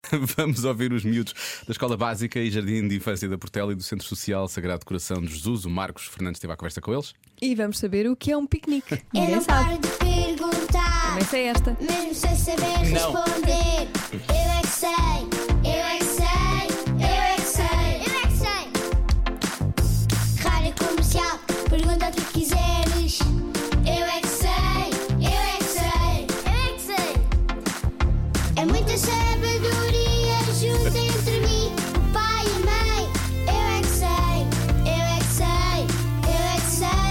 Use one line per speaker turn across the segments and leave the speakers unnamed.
Vamos ouvir os miúdos da Escola Básica e Jardim de Infância da Portela e do Centro Social Sagrado Coração de Jesus. O Marcos Fernandes teve a conversa com eles.
E vamos saber o que é um piquenique.
Eu
Ninguém
não
sabe.
paro de perguntar,
Mas é esta.
mesmo sem saber responder. Eu é que sei, eu é que sei, eu é que sei, eu é que sei. Rádio comercial, pergunta o que quiseres. Eu é que sei, eu é que sei, eu é que sei. É muita sabedoria junta entre mim, o pai e a mãe. Eu é que sei, eu é que sei, eu é que sei.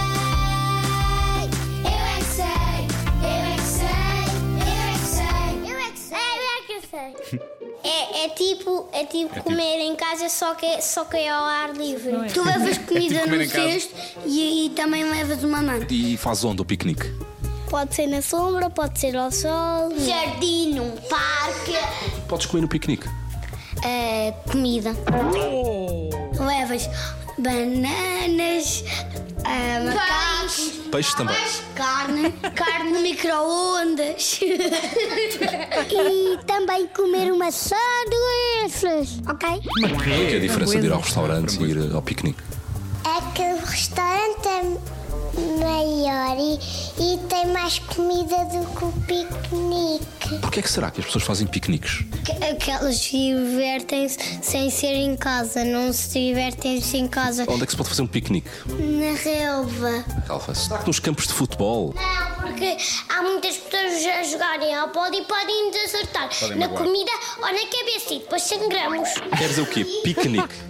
Eu é que sei, eu é que sei, eu é que sei, eu é que sei, eu é que sei. É, é tipo, é tipo comer em casa, só que, é- só que é ao ar livre.
Não é?
Tu levas comida
comer em casa.
e, e também levas uma manta.
E faz onde o piquenique?
Pode ser na sombra, pode ser ao sol. Jardim, um parque.
Podes comer no piquenique.
É, comida. Levas bananas, ah, macacos,
Peixe também.
carne, carne no micro-ondas. e também comer umas sanduíches, ok?
Qual é que é a diferença de ir ao restaurante e ir ao piquenique?
É que o restaurante é maior e, e tem mais comida do que o piquenique.
Porquê é que será que as pessoas fazem piqueniques?
Que elas divertem-se sem ser em casa, não se divertem-se em casa
Onde é que se pode fazer um piquenique?
na relva.
Alfa, Será que nos campos de futebol?
Não, Ah, porque há muitas pessoas a jogarem ao pódio e podem nos acertar na
magoar.
comida ou na cabeça e depois sangramos.
Quer dizer o quê? Piquenique.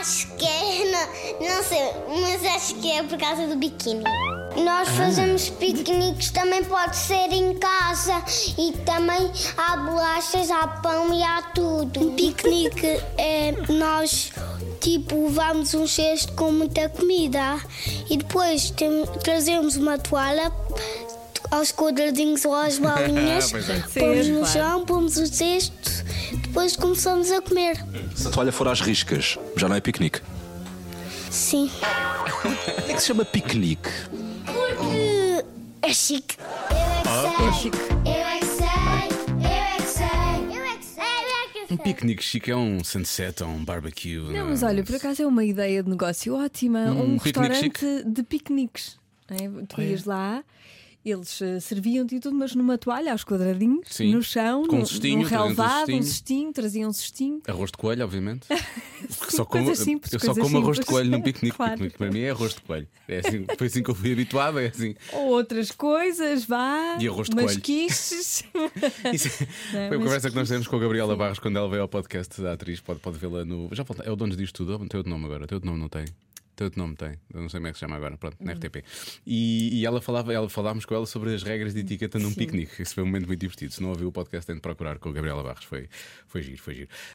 Acho que é, não, não sei, mas acho que é por causa do biquíni.
Ah.
Nós fazemos piqueniques, também pode ser em casa e também há bolachas, há pão e há tudo. Um piquenique é nós tipo levamos um cesto com muita comida e depois tem- trazemos uma toalha aos quadradinhos ou às bolinhas,
Pois é.
Sim,
pomos no
claro.
chão, pomos o cesto, depois começamos a comer.
Se a toalha for às riscas, já não é piquenique.
Sim.
Porquê é que se chama piquenique?
Porque é chique.
É chique.
Eu é que sei, eu é que sei, eu é que sei, eu é que
Um piquenique chique é um sunset ou um barbecue.
Não, mas olha, por acaso é uma ideia de negócio ótima. Um,
Um piquenique
restaurante de piqueniques. não é? Tu ias lá, eles eh, serviam-te e tudo, mas numa toalha, aos quadradinhos,
Sim.
no chão,
Com um
no,
cestinho,
num
traziam-te um
relvado, um
cestinho.
cestinho, traziam um cestinho.
Arroz de coelho, obviamente. Que só como,
coisas simples,
eu só
coisas
como arroz de
simples.
coelho num piquenique.
Claro.
Piquenique para mim é arroz de coelho. É assim, foi assim que eu fui habituado, é assim.
Ou outras coisas, vá.
E arroz de
umas
coelho.
quiches.
Isso-
é?
foi uma
Mas
conversa que nós tivemos com a Gabriela Barros quando ela veio ao podcast da atriz. Pode, pode vê-la no. Já volta. É o dono disto tudo? Ou Tem outro nome agora? Tem outro nome, não tem? Tem outro nome, tem. Eu não sei como é que se chama agora. Pronto, na RTP. E, e ela falava, ela, falámos com ela sobre as regras de etiqueta num piquenique. Isso foi um momento muito divertido. Se não ouviu o podcast, tem de procurar com a Gabriela Barros. Foi, foi giro, foi giro.